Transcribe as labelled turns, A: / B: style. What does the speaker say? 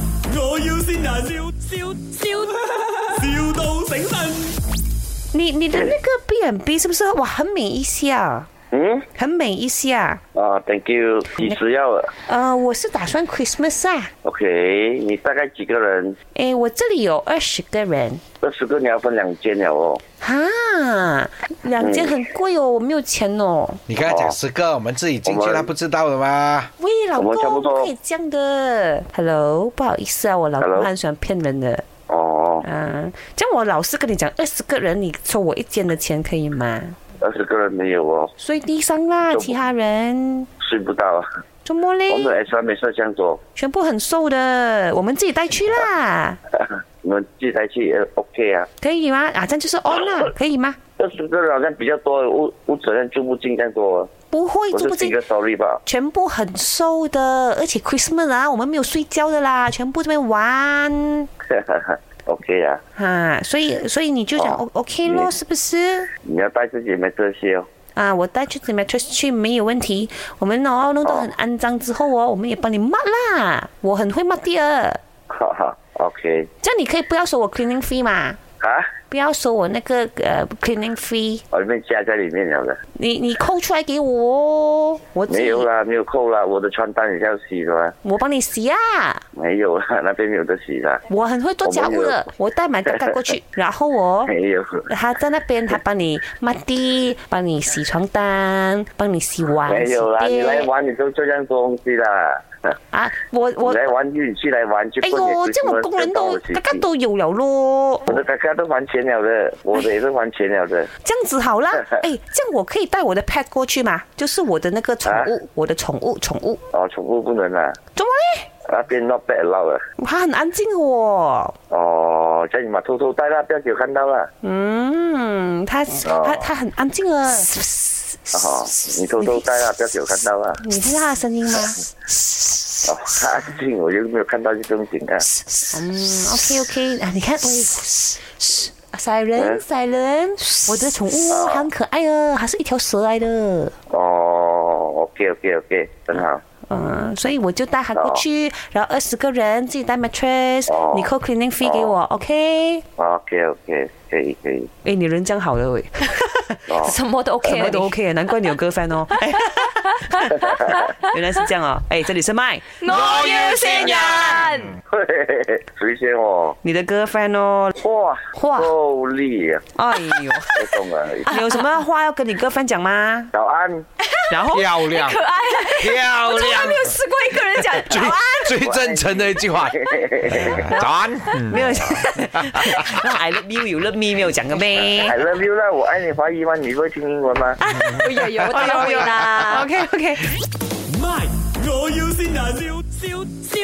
A: 要先人，笑笑笑，,笑到醒神。
B: 你你的那个 B&B 是不是哇很美一下，
C: 嗯，
B: 很美一下？
C: 啊，thank you，几时要啊
B: 呃，我是打算 Christmas 啊，
C: ？OK，你大概几个人？
B: 诶，我这里有二十个人。
C: 二十个你要分两间了哦。
B: 啊，两间很贵哦，我没有钱哦。
D: 你刚才讲十个，我们自己进去，
C: 我们
D: 他不知道的吗？
B: 喂，老
C: 我
B: 公，
C: 们差不多
B: 不可以这样的。Hello，不好意思啊，我老公
C: Hello
B: 很喜欢骗人的。
C: 哦，
B: 啊，这样我老是跟你讲，二十个人你收我一间的钱可以吗？
C: 二十个人没有哦，
B: 所以地上啦，
C: 周末
B: 其他人
C: 睡不到啊。
B: 周末
C: 我
B: 嘞
C: 们，的 S 三没摄像头，
B: 全部很瘦的，我们自己带去啦，
C: 你们寄台去也 OK 啊。
B: 可以吗？啊，这样就是 on 啦，可以吗？
C: 二十个人好像比较多，屋屋主任住不进这样多哦，
B: 不会，
C: 我
B: 住
C: 是
B: 不
C: 几
B: 进
C: 个。sorry 吧。
B: 全部很瘦的，而且 Christmas 啊，我们没有睡觉的啦，全部这边玩
C: OK 啊，
B: 啊，所以所以你就讲 O
C: 哦
B: OK 咯，
C: 你
B: 是不是？
C: 你要带自己没这些哦。
B: 啊，我带去 t m a t r e s 去没有问题。我们哦弄得很肮脏之后哦，我们也帮你抹啦。我很会抹的，
C: 哈哈，OK
B: 这样你可以不要收我 cleaning fee 嘛，
C: 啊，
B: 不要收我那个呃 cleaning fee，
C: 我里面加在里面了的，
B: 你你扣出来给我哦，我自
C: 没
B: 己
C: 有啦，没有扣啦，我的床单也要洗的啦，
B: 我帮你洗啊。
C: 没有啦，那边没有得洗啦，
B: 我很会做家务的，我带满盖盖过 去，然后我。
C: 没有。
B: 他在那边，他帮你抹地，帮你洗床单，帮你洗碗、
C: 没
B: 洗
C: 有啦，你来
B: 碟
C: 玩你都这样多东西啦。
B: 啊！我我
C: 你来玩运气来玩去
B: 哎
C: 过年
B: 呦，
C: 之
B: 这样我
C: 后
B: 工人
C: 就到
B: 都
C: 了奇迹
B: 嘎嘎都有了咯。
C: 我的大家都还钱 了的，我的也是还钱了的。
B: 这样子好 啦，哎，这样我可以带我的 pet 过去嘛？就是我的那个宠
C: 哎
B: 物，我的宠物，宠物，
C: 哦，宠物不能啦，
B: 怎么嘞？
C: 那边 not bad 捞了。
B: 它很安静哦。
C: 哦，叫你嘛偷偷带啦，不要给我看到啊啦。
B: 嗯，它它它很安静啊。
C: 哦，你偷偷带啊啦，不要给我看到啦。
B: 你听到它的声音吗？
C: 哦，安静，我又没有看到就更行啊。
B: 嗯，OK OK 啊，你看，
C: 嗯
B: 喂，赛人赛人，我的宠物它很可爱啊，它是一条蛇来的。
C: 哦，OK OK OK，很好。
B: 嗯，所以我就带它过去，然后二十个人自己带 mattress，
C: 哦
B: 你扣 cleaning fee 给我，OK？
C: OK OK，可以可以。
B: 哎，你人这样好了喂，
C: 哦，
E: 什么都 OK，
B: 什
E: 啊
B: 么都 OK，难怪你有 girlfriend 哦。哎原来是这样哦，哎，这里是麦，
E: 你我要先人，
C: 谁先哦？
B: 你的 girlfriend 哦，
C: 哇
B: 哇
C: 够力啊，
B: 哎呦，
C: 我懂了。
B: 你有什么话要跟你 girlfriend 讲 吗？
C: 啊早安。
B: 然后
D: 漂 亮，
E: 可爱，哎
D: 漂
E: 从来
D: 亮
E: 没，有试过一个 人讲
D: 最
E: 早安。
D: 最真诚的一句 话，哎早安。嗯
B: 没有，那 I love you, you love me 没有讲个咩
C: I love you 啦，我爱你。怀疑吗？你会听英文吗？
E: 哎呦呦，我当然会啦。
B: ？OK OK。
A: My，我要先人，笑笑笑，